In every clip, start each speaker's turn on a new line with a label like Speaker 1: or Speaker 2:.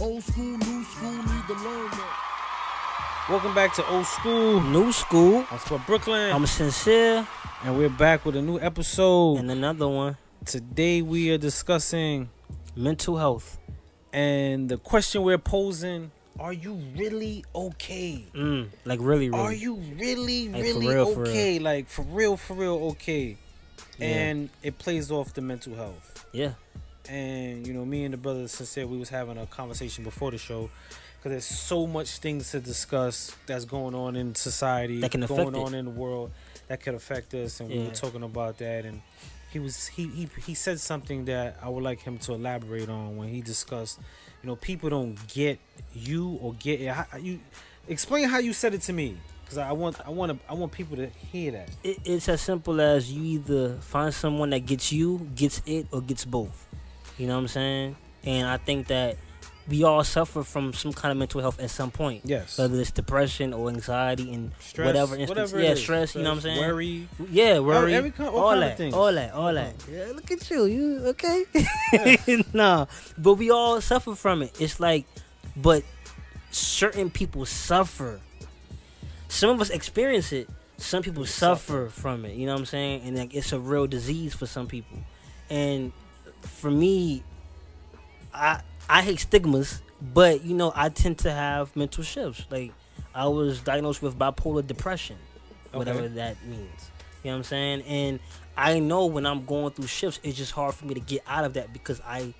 Speaker 1: Old school, new school, need to learn that.
Speaker 2: Welcome back to Old School.
Speaker 3: New school.
Speaker 2: I'm from Brooklyn,
Speaker 3: I'm sincere.
Speaker 2: and we're back with a new episode.
Speaker 3: And another one.
Speaker 2: Today we are discussing,
Speaker 3: Mental health.
Speaker 2: and the question we're posing: Are you really okay?
Speaker 3: Mm, like really, really.
Speaker 2: Are you really,
Speaker 3: Like, for
Speaker 2: really
Speaker 3: real, for real.
Speaker 2: okay? Like for real, for real, okay?
Speaker 3: Yeah.
Speaker 2: And it plays off the mental health.
Speaker 3: Yeah.
Speaker 2: and you know me and the brother sincere we was having a conversation before the show because there's so much things to discuss that's going on in society
Speaker 3: That can affect
Speaker 2: going
Speaker 3: it.
Speaker 2: on in the world that could affect us and we
Speaker 3: Yeah.
Speaker 2: were talking about that and he was he, he he said something that i would like him to elaborate on when he discussed you know people don't get you or get it How- you explain how you said it to me because i want i want to i want people to hear that
Speaker 3: It, it's as simple as you either find someone that gets you, gets it, or gets both. You know what I'm saying? And I think that we all suffer from some kind of mental health at some point.
Speaker 2: yes
Speaker 3: Whether it's depression or anxiety and
Speaker 2: stress,
Speaker 3: whatever instance,
Speaker 2: it
Speaker 3: yeah,
Speaker 2: is.
Speaker 3: stress, you know what I'm saying?
Speaker 2: worry
Speaker 3: yeah,
Speaker 2: every,
Speaker 3: worry,
Speaker 2: every kind, all,
Speaker 3: all,
Speaker 2: kind of
Speaker 3: that,
Speaker 2: things
Speaker 3: all that, all that, Uh-huh. Yeah, Look at you, you okay? nah, but we all suffer from it. It's like, but certain people suffer. Some of us experience it. Some people suffer from it. You know what I'm saying? And like, it's a real disease for some people. And for me, I I hate stigmas, but you know I tend to have mental shifts. Like I was diagnosed with bipolar depression, whatever
Speaker 2: Okay.
Speaker 3: that means. You know what I'm saying? And I know when I'm going through shifts, it's just hard for me to get out of that because I,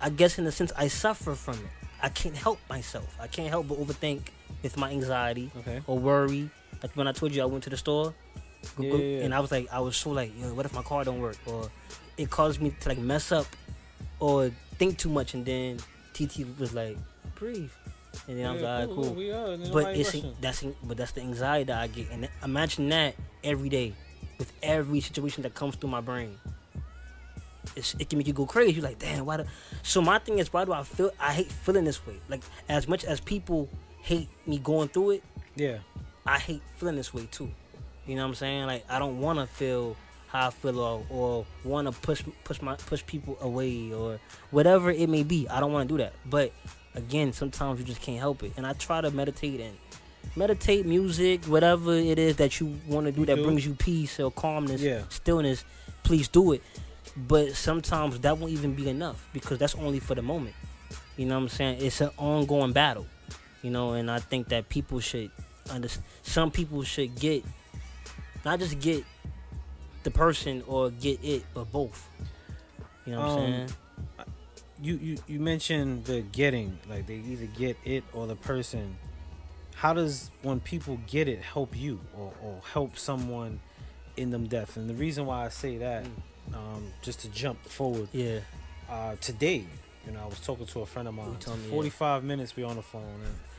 Speaker 3: I guess in a sense, I suffer from it. I can't help myself. I can't help but overthink with my anxiety
Speaker 2: okay
Speaker 3: or worry. Like when I told you I went to the store, go- go-
Speaker 2: Yeah, yeah, yeah.
Speaker 3: and I was like, I was so like, Yo, what if my car don't work? Or it caused me to like mess up or think too much. And then TT was like, breathe. And then I was like, "Alright, cool.
Speaker 2: We are, and
Speaker 3: But
Speaker 2: nobody
Speaker 3: it's
Speaker 2: rushing.
Speaker 3: that's but that's the anxiety that I get. And imagine that every day with every situation that comes through my brain. It's, it can make you go crazy. You're like, damn, why? Do, so my thing is, why do I feel? I hate feeling this way. Like as much as people hate me going through it,
Speaker 2: yeah,
Speaker 3: I hate feeling this way too. You know what I'm saying? Like I don't want to feel how I feel or, or want to push push my push people away or whatever it may be. I don't want to do that. But again, sometimes you just can't help it. And I try to meditate and meditate music, whatever it is that you want to do that
Speaker 2: do.
Speaker 3: brings you peace or calmness,
Speaker 2: Yeah.
Speaker 3: stillness. Please do it. But sometimes that won't even be enough because that's only for the moment. You know what I'm saying? It's an ongoing battle. You know, and I think that people should understand. Some people should get, not just get the person or get it, but both. You know what I'm
Speaker 2: Um,
Speaker 3: saying?
Speaker 2: you, you you mentioned the getting, like they either get it or the person. How does when people get it help you or, or help someone in them death? And the reason why I say that,
Speaker 3: Mm.
Speaker 2: um, just to jump forward,
Speaker 3: Yeah.
Speaker 2: uh, today, you know, I was talking to a friend of mine.
Speaker 3: told me, yeah.
Speaker 2: Forty-five minutes we on the phone.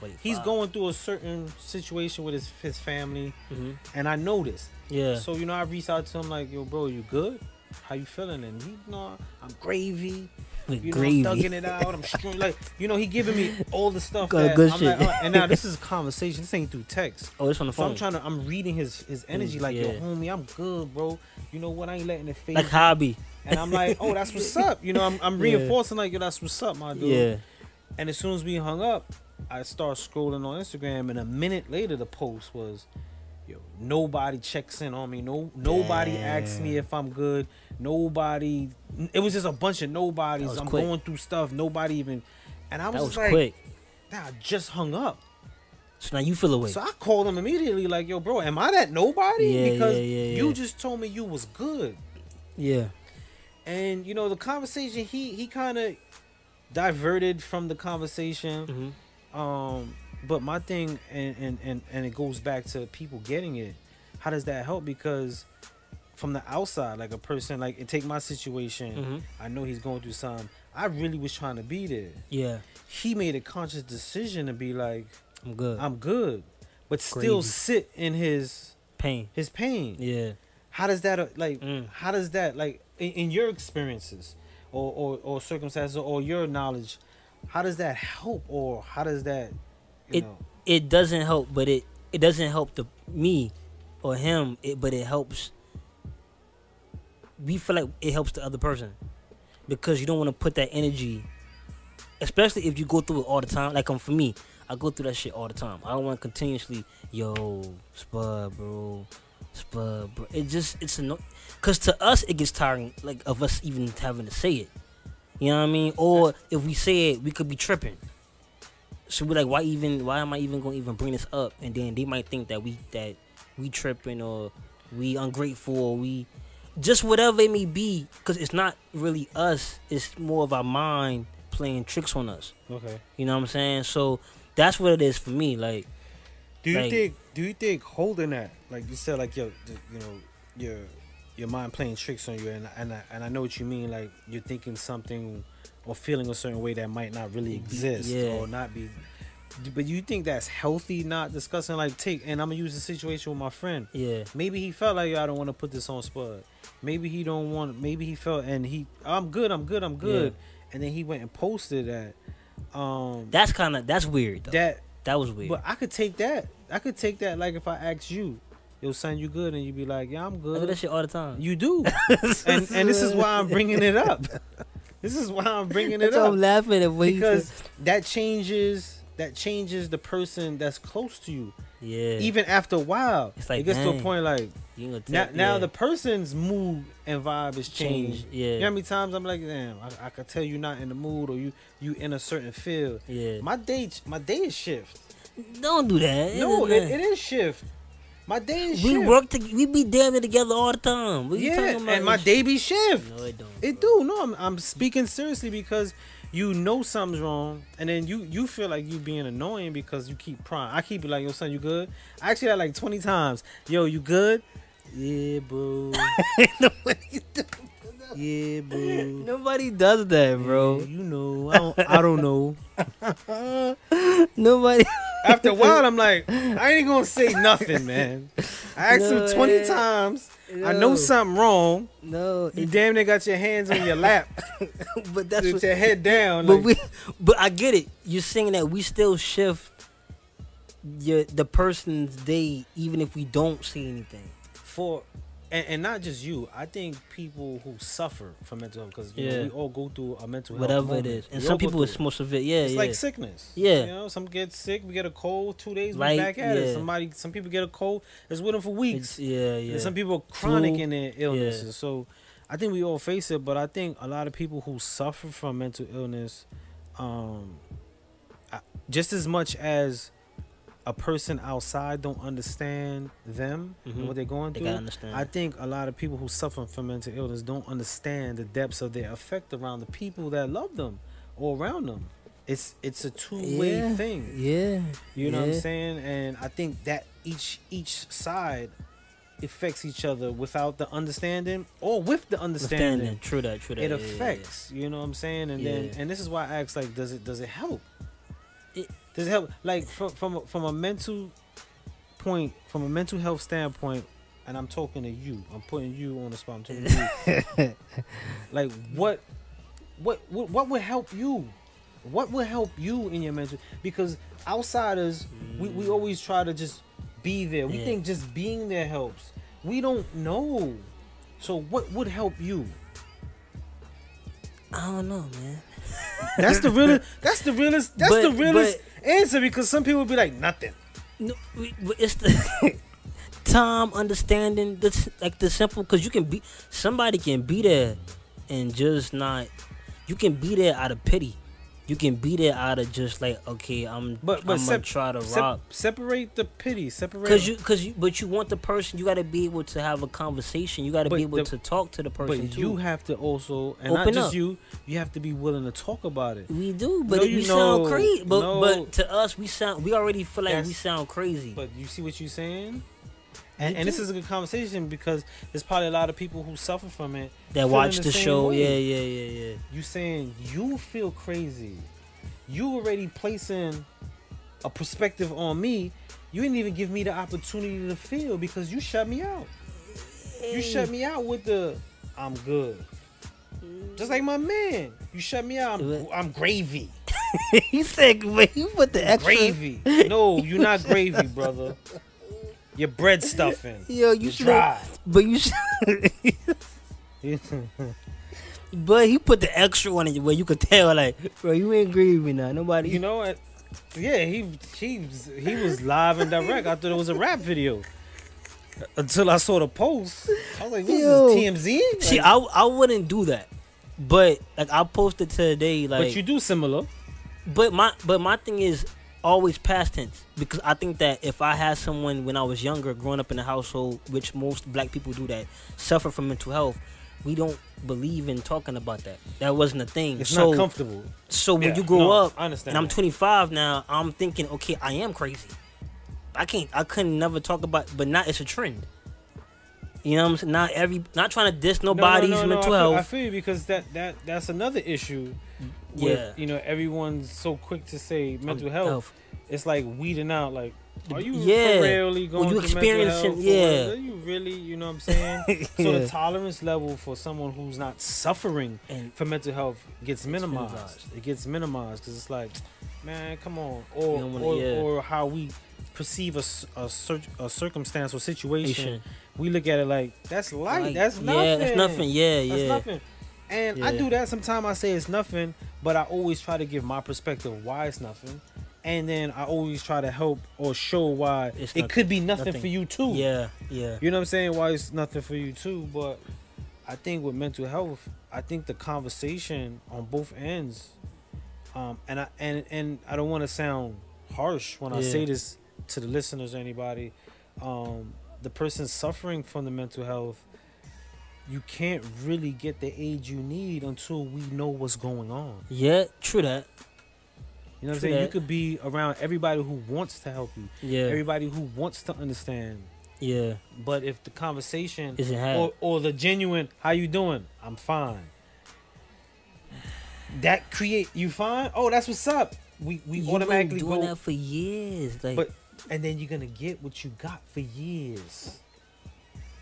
Speaker 2: And he's going through a certain situation with his his family,
Speaker 3: hmm
Speaker 2: and I noticed
Speaker 3: Yeah.
Speaker 2: mm-hmm. So you know, I reached out to him like, "Yo, bro, you good? How you feeling?" And he, you know, I'm gravy.
Speaker 3: With
Speaker 2: You
Speaker 3: gravy.
Speaker 2: know, I'm thugging it out. I'm strong. Like, you know, he giving me all the stuff.
Speaker 3: Got
Speaker 2: That
Speaker 3: good
Speaker 2: I'm
Speaker 3: shit.
Speaker 2: Like, oh, and now this is a conversation. This ain't through text.
Speaker 3: oh, it's on the
Speaker 2: So
Speaker 3: phone. Mm,
Speaker 2: I'm trying to. I'm reading his his energy. Like, yo,
Speaker 3: yeah.
Speaker 2: homie, I'm good, bro. You know what? I ain't letting it fade.
Speaker 3: like hobby.
Speaker 2: and I'm like, oh, that's what's up. You know, I'm I'm
Speaker 3: Yeah.
Speaker 2: reinforcing like, yo, that's what's up, my dude.
Speaker 3: Yeah.
Speaker 2: And as soon as we hung up, I start scrolling on Instagram, and a minute later, the post was, "Yo, nobody checks in on me. No, nobody asks me if I'm good. Nobody. It was just a bunch of
Speaker 3: That
Speaker 2: nobodies.
Speaker 3: was
Speaker 2: I'm
Speaker 3: quick.
Speaker 2: going through stuff. Nobody even. And I was,
Speaker 3: That was
Speaker 2: just like,
Speaker 3: quick.
Speaker 2: "Nah, I just hung up.
Speaker 3: So now you feel away.
Speaker 2: So I called him immediately, like, "Yo, bro, am I that nobody?
Speaker 3: Yeah,
Speaker 2: because
Speaker 3: yeah, yeah,
Speaker 2: you
Speaker 3: yeah.
Speaker 2: just told me you was good."
Speaker 3: yeah.
Speaker 2: And you know, the conversation he he kind of diverted from the conversation.
Speaker 3: hmm
Speaker 2: Um, but my thing, and, and and and it goes back to people getting it. How does that help? Because from the outside, like a person, like and take my situation.
Speaker 3: Mhm.
Speaker 2: I know he's going through something. I really was trying to be there.
Speaker 3: Yeah.
Speaker 2: He made a conscious decision to be like,
Speaker 3: I'm good.
Speaker 2: I'm good, but still
Speaker 3: Crazy.
Speaker 2: sit in his
Speaker 3: Pain.
Speaker 2: his pain.
Speaker 3: Yeah.
Speaker 2: How does that uh, like?
Speaker 3: Mm.
Speaker 2: How does that like in, in your experiences or, or or circumstances or your knowledge? How does that help or how does that? You
Speaker 3: It-
Speaker 2: know,
Speaker 3: it doesn't help, but it it doesn't help the me or him. It but it helps. We feel like it helps the other person because you don't want to put that energy especially if you go through it all the time. Like um, for me, I go through that shit all the time. I don't want to continuously, yo, spud, bro, spud, bro. It just it's a no, cause to us it gets tiring, like of us even having to say it. You know what I mean? Or if we say it, we could be tripping. So we're like, why even? Why am I even going to even bring this up? And then they might think that we that we tripping or we ungrateful or we just whatever it may be, because it's not really us. It's more of our mind playing tricks on us.
Speaker 2: Okay.
Speaker 3: You know what I'm saying? So that's what it is for me. Like,
Speaker 2: Do you
Speaker 3: Like-
Speaker 2: think? Do you think holding that, like you said, like your, th- you know, your your mind playing tricks on you, and and I, and I know what you mean. Like you're thinking something or feeling a certain way that might not really exist
Speaker 3: yeah.
Speaker 2: or not be. But you think that's healthy? Not discussing like take, and I'm gonna use the situation with my friend.
Speaker 3: yeah,
Speaker 2: Maybe he felt like I don't want to put this on Spud. Maybe he don't want. Maybe he felt and he I'm good. I'm good. I'm good. And then he went and posted that. Um, that,
Speaker 3: that's kind of that's weird. Though. That that was weird.
Speaker 2: But I could take that. I could take that. Like if I asked you, "Yo, son, you good?" and you be like, "Yeah, I'm
Speaker 3: I do that
Speaker 2: good."
Speaker 3: shit all the time.
Speaker 2: You do. and and this is why I'm bringing it up. This is why I'm bringing it
Speaker 3: That's why I'm
Speaker 2: up
Speaker 3: laughing at what he
Speaker 2: because
Speaker 3: said.
Speaker 2: that changes. That changes the person that's close to you.
Speaker 3: yeah,
Speaker 2: Even after a while,
Speaker 3: It's like,
Speaker 2: it gets to a
Speaker 3: dang.
Speaker 2: point like
Speaker 3: you gonna tell-
Speaker 2: now, now
Speaker 3: yeah.
Speaker 2: the person's mood and vibe is changed.
Speaker 3: Change, yeah.
Speaker 2: You know how many times I'm like, damn, I, I could tell you not in the mood or you you in a certain feel.
Speaker 3: yeah.
Speaker 2: My day my day is shift.
Speaker 3: Don't do that.
Speaker 2: No,
Speaker 3: It's
Speaker 2: it,
Speaker 3: not-
Speaker 2: it is shift. My day is
Speaker 3: We
Speaker 2: shift.
Speaker 3: work. To, we be damn near together all the time. What you
Speaker 2: yeah,
Speaker 3: talking about?
Speaker 2: and my day be shift.
Speaker 3: No, it don't.
Speaker 2: It
Speaker 3: bro.
Speaker 2: do. No, I'm, I'm speaking seriously because you know something's wrong, and then you you feel like you being annoying because you keep prying. I keep it like, yo, son, you good? I actually had like 20 times. Yo, you good? Yeah, boo. yeah, boo.
Speaker 3: Nobody does that,
Speaker 2: Yeah,
Speaker 3: bro.
Speaker 2: you know, I don't, I don't know.
Speaker 3: Nobody.
Speaker 2: After a while, I'm like, I ain't gonna say nothing, man. I asked
Speaker 3: No,
Speaker 2: him 20
Speaker 3: yeah.
Speaker 2: times. I know
Speaker 3: No.
Speaker 2: something wrong.
Speaker 3: No,
Speaker 2: You
Speaker 3: it,
Speaker 2: damn near got your hands on your lap
Speaker 3: but that's
Speaker 2: with
Speaker 3: what.
Speaker 2: your head down.
Speaker 3: But
Speaker 2: like-
Speaker 3: we, but I get it. You're saying that we still shift your the person's day, even if we don't say anything.
Speaker 2: for and, and not just you i think people who suffer from mental health because
Speaker 3: Yeah.
Speaker 2: we all go through a mental health
Speaker 3: Whatever it
Speaker 2: moment.
Speaker 3: is, and
Speaker 2: We all
Speaker 3: some
Speaker 2: go
Speaker 3: people
Speaker 2: through
Speaker 3: it's more severe. Yeah,
Speaker 2: it's
Speaker 3: yeah.
Speaker 2: like sickness
Speaker 3: Yeah.
Speaker 2: you know some get sick we get a cold two days
Speaker 3: Like,
Speaker 2: we back at
Speaker 3: yeah.
Speaker 2: it somebody some people get a cold it's with them for
Speaker 3: It's-
Speaker 2: weeks
Speaker 3: yeah, yeah.
Speaker 2: and some people are chronic in their illnesses
Speaker 3: Yeah.
Speaker 2: so i think we all face it but i think a lot of people who suffer from mental illness um I, just as much as a person outside don't understand them
Speaker 3: Mhm.
Speaker 2: and what they're going
Speaker 3: they
Speaker 2: through
Speaker 3: gotta understand.
Speaker 2: I think a lot of people who suffer from mental illness don't understand the depths of their effect around the people that love them or around them. It's it's a two way
Speaker 3: Yeah,
Speaker 2: thing.
Speaker 3: Yeah,
Speaker 2: You know what
Speaker 3: yeah.
Speaker 2: I'm saying? And I think that each each side affects each other without the understanding or with the
Speaker 3: Understanding.
Speaker 2: understanding.
Speaker 3: True that. True that.
Speaker 2: It
Speaker 3: yeah, yeah, yeah.
Speaker 2: affects. You know what I'm saying? And then
Speaker 3: Yeah.
Speaker 2: and this is why I ask like does it does it help?
Speaker 3: It-
Speaker 2: does it help like from from a, from a mental point from a mental health standpoint and I'm talking to you. I'm putting you on the spot. I'm talking to you. like what what what what would help you? What would help you in your mental because outsiders we, we always try to just be there. We
Speaker 3: Mm. Yeah.
Speaker 2: think just being there helps. We don't know. So what would help you?
Speaker 3: I don't know, man.
Speaker 2: That's the realest. That's the realest. That's
Speaker 3: But-
Speaker 2: the realest answer because some people be like nothing.
Speaker 3: No, we- but it's the time understanding this like the simple because you can be somebody can be there and just not you can be there out of pity you can be there out of just like okay i'm
Speaker 2: But but
Speaker 3: i'm
Speaker 2: sep-
Speaker 3: gonna try to
Speaker 2: sep-
Speaker 3: rock
Speaker 2: separate the pity. Separate.
Speaker 3: because you because you but you want the person you got to be able to have a conversation you got to
Speaker 2: But
Speaker 3: be able
Speaker 2: the-
Speaker 3: to talk to the person
Speaker 2: But
Speaker 3: too
Speaker 2: you have to also, and not
Speaker 3: Open
Speaker 2: just
Speaker 3: up.
Speaker 2: you. You have to be willing to talk about it.
Speaker 3: we do but
Speaker 2: No,
Speaker 3: it-
Speaker 2: you
Speaker 3: we sound
Speaker 2: know.
Speaker 3: crazy but
Speaker 2: No.
Speaker 3: but to us we sound we already feel like we
Speaker 2: That's-
Speaker 3: sound crazy
Speaker 2: But you see what you're saying.
Speaker 3: We
Speaker 2: And, and this
Speaker 3: do.
Speaker 2: is a good conversation because there's probably a lot of people who suffer from it.
Speaker 3: that
Speaker 2: feeling
Speaker 3: watch
Speaker 2: the
Speaker 3: the,
Speaker 2: same
Speaker 3: show
Speaker 2: way.
Speaker 3: yeah yeah yeah yeah
Speaker 2: You saying you feel crazy. You already placing a perspective on me. You didn't even give me the opportunity to feel because you shut me out. You shut me out with the I'm good. Just like my man. You shut me out. I'm,
Speaker 3: What?
Speaker 2: I'm gravy.
Speaker 3: he said, "Wait, you put the extra."
Speaker 2: Gravy. No, you're not gravy, brother. You're bread stuffing.
Speaker 3: Yo,
Speaker 2: You're
Speaker 3: you should. But you should.
Speaker 2: dry.
Speaker 3: But he put the extra on it where you could tell, like, bro, you ain't grieving with me now. Nobody,
Speaker 2: You know what? Yeah, he he was- he was live and direct. I thought it was a rap video until I saw the post. I was like, "This
Speaker 3: Yo.
Speaker 2: is TMZ." Like,
Speaker 3: See, I I wouldn't do that, but like I posted today, like,
Speaker 2: but you do similar.
Speaker 3: But my but my thing is always past tense because I think that if I had someone when I was younger, growing up in a household, which most black people do that, suffer from mental health, we don't believe in talking about that. That wasn't a thing.
Speaker 2: It's
Speaker 3: so
Speaker 2: not comfortable.
Speaker 3: so when
Speaker 2: Yeah,
Speaker 3: you grow
Speaker 2: no,
Speaker 3: up,
Speaker 2: I understand
Speaker 3: and I'm
Speaker 2: that.
Speaker 3: 25 now, I'm thinking, okay, I am crazy. I can't, I couldn't never talk about, but now it's a trend. You know what I'm saying? Not every, not trying to diss nobody's mental
Speaker 2: I feel, I
Speaker 3: health.
Speaker 2: feel you because that that that's another issue. With,
Speaker 3: Yeah. Oh,
Speaker 2: you know, everyone's so quick to say mental health. It's like weeding out. Like, are you
Speaker 3: Yeah.
Speaker 2: really going? through
Speaker 3: you
Speaker 2: mental
Speaker 3: experiencing-
Speaker 2: health or
Speaker 3: yeah.
Speaker 2: whatever? Are you really? You know what I'm saying? So
Speaker 3: Yeah.
Speaker 2: the tolerance level for someone who's not suffering
Speaker 3: And-
Speaker 2: for mental health gets minimized.
Speaker 3: minimized.
Speaker 2: It gets minimized because it's like, man, come on, or
Speaker 3: You don't wanna-
Speaker 2: or,
Speaker 3: yeah.
Speaker 2: or how we perceive a s- a, cir- a circumstance or
Speaker 3: Patient.
Speaker 2: situation, we look at it like that's light,
Speaker 3: Like,
Speaker 2: that's nothing,
Speaker 3: Yeah, that's nothing. Yeah,
Speaker 2: that's
Speaker 3: yeah.
Speaker 2: nothing. And I
Speaker 3: Yeah.
Speaker 2: do that sometimes. I say it's nothing, but I always try to give my perspective why it's nothing, and then I always try to help or show why
Speaker 3: It's
Speaker 2: it
Speaker 3: nothing.
Speaker 2: could be nothing,
Speaker 3: Nothing.
Speaker 2: for you too.
Speaker 3: Yeah, yeah.
Speaker 2: You know what I'm saying? Why it's nothing for you too, but I think with mental health, I think the conversation on both ends, um, and I and and I don't want to sound harsh when I
Speaker 3: Yeah.
Speaker 2: say this to the listeners or anybody. Um, the person suffering from the mental health, you can't really get the aid you need until we know what's going on.
Speaker 3: Yeah, true that.
Speaker 2: You know what I'm
Speaker 3: True
Speaker 2: saying? You
Speaker 3: that.
Speaker 2: could be around everybody who wants to help you,
Speaker 3: Yeah,
Speaker 2: everybody who wants to understand.
Speaker 3: yeah.
Speaker 2: But if the conversation
Speaker 3: Isn't had.
Speaker 2: or, or the genuine how you doing i'm fine that create you fine oh that's what's up we we
Speaker 3: You've
Speaker 2: automatically
Speaker 3: been doing
Speaker 2: go
Speaker 3: that for years. Like,
Speaker 2: but and then you're gonna get what you got for years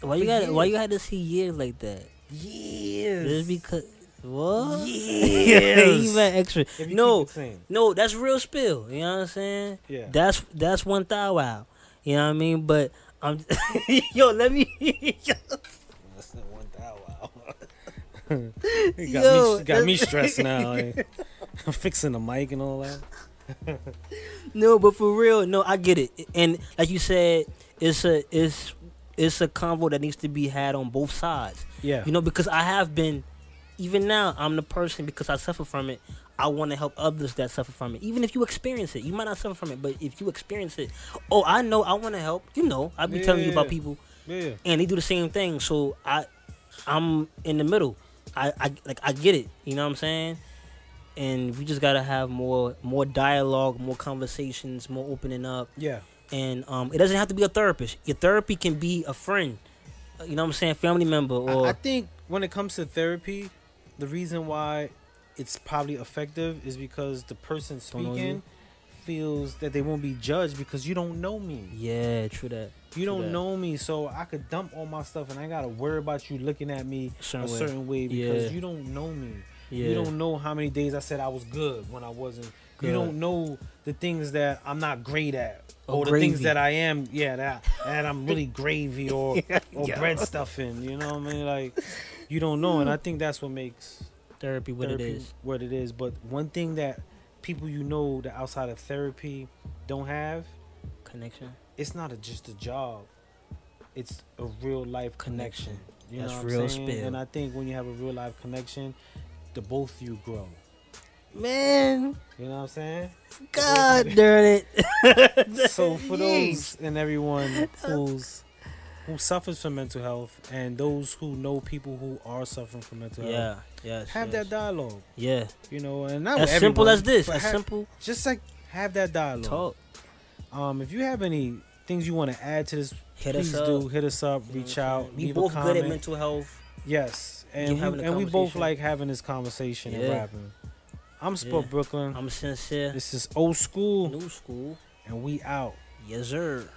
Speaker 3: why you
Speaker 2: for
Speaker 3: got? to Why
Speaker 2: years.
Speaker 3: you got to see years like that?
Speaker 2: years
Speaker 3: Just because. What?
Speaker 2: Years.
Speaker 3: Even extra.
Speaker 2: If you keep
Speaker 3: No,
Speaker 2: it same.
Speaker 3: no, that's real spill. You know what I'm saying?
Speaker 2: Yeah.
Speaker 3: That's that's one thou wow. You know what I mean? But I'm. yo, let me.
Speaker 2: That's not one thousand. It got
Speaker 3: Yo,
Speaker 2: me got me
Speaker 3: that's-
Speaker 2: stressed now. like, I'm fixing the mic and all that.
Speaker 3: No, but for real, no, I get it. And like you said, it's a it's it's a convo that needs to be had on both sides.
Speaker 2: Yeah.
Speaker 3: You know, because I have been even now I'm the person because I suffer from it. I want to help others that suffer from it. Even if you experience it, you might not suffer from it, but if you experience it, oh, I know I want to help. You know, I've been telling you about
Speaker 2: Yeah.
Speaker 3: people
Speaker 2: Yeah.
Speaker 3: and they do the same thing. So I, I'm in the middle. I, I like I get it. You know what I'm saying? And we just gotta have more more dialogue, more conversations, more opening up.
Speaker 2: Yeah.
Speaker 3: And um, it doesn't have to be a therapist. Your therapy can be a friend. uh, You know what I'm saying? Family member
Speaker 2: I-
Speaker 3: or
Speaker 2: I, think when it comes to therapy, the reason why it's probably effective is because the person
Speaker 3: Don't know you.
Speaker 2: speaking feels that they won't be judged because you don't know me.
Speaker 3: yeah, true that.
Speaker 2: You don't
Speaker 3: that.
Speaker 2: know me, so I could dump all my stuff and I gotta worry about you looking at me
Speaker 3: Certain
Speaker 2: a
Speaker 3: way.
Speaker 2: certain way because
Speaker 3: Yeah.
Speaker 2: you don't know me.
Speaker 3: Yeah,
Speaker 2: You don't know how many days I said I was good when I wasn't.
Speaker 3: Good.
Speaker 2: You don't know the things that I'm not great at.
Speaker 3: Or
Speaker 2: Or, the things
Speaker 3: gravy.
Speaker 2: that I am, yeah, that and I'm really gravy or or
Speaker 3: Yeah.
Speaker 2: bread stuffing. You know what I mean? Like you don't know, and I think that's what makes
Speaker 3: therapy what
Speaker 2: therapy
Speaker 3: it is.
Speaker 2: what it is. But one thing that people you know that outside of therapy don't have,
Speaker 3: Connection.
Speaker 2: it's not a, just a job. It's a real life connection.
Speaker 3: Connection.
Speaker 2: You
Speaker 3: That's
Speaker 2: know what
Speaker 3: real
Speaker 2: I'm saying?
Speaker 3: spill.
Speaker 2: And I think when you have a real life connection, the both you grow.
Speaker 3: Man,
Speaker 2: You know what I'm saying?
Speaker 3: God darn it.
Speaker 2: so for those
Speaker 3: Yeesh.
Speaker 2: and everyone who's who suffers from mental health and those who know people who are suffering from mental health
Speaker 3: Yeah, yeah.
Speaker 2: uh, have that dialogue
Speaker 3: Yeah.
Speaker 2: you know and not
Speaker 3: As
Speaker 2: with
Speaker 3: simple
Speaker 2: everyone,
Speaker 3: as this.
Speaker 2: but
Speaker 3: As
Speaker 2: ha-
Speaker 3: simple
Speaker 2: just like have that dialogue
Speaker 3: talk.
Speaker 2: um if you have any things you want to add to this
Speaker 3: Hit
Speaker 2: please
Speaker 3: us up.
Speaker 2: do hit us up
Speaker 3: You know
Speaker 2: reach
Speaker 3: what I'm
Speaker 2: out
Speaker 3: saying? We
Speaker 2: leave a
Speaker 3: both good at
Speaker 2: comment.
Speaker 3: mental health.
Speaker 2: yes
Speaker 3: You
Speaker 2: and
Speaker 3: having
Speaker 2: we,
Speaker 3: a
Speaker 2: and we both
Speaker 3: conversation.
Speaker 2: like having this conversation and
Speaker 3: Yeah.
Speaker 2: rapping i'm Sport
Speaker 3: Yeah.
Speaker 2: brooklyn
Speaker 3: I'm sincere.
Speaker 2: this is old school
Speaker 3: New school.
Speaker 2: and we out
Speaker 3: Yes, sir.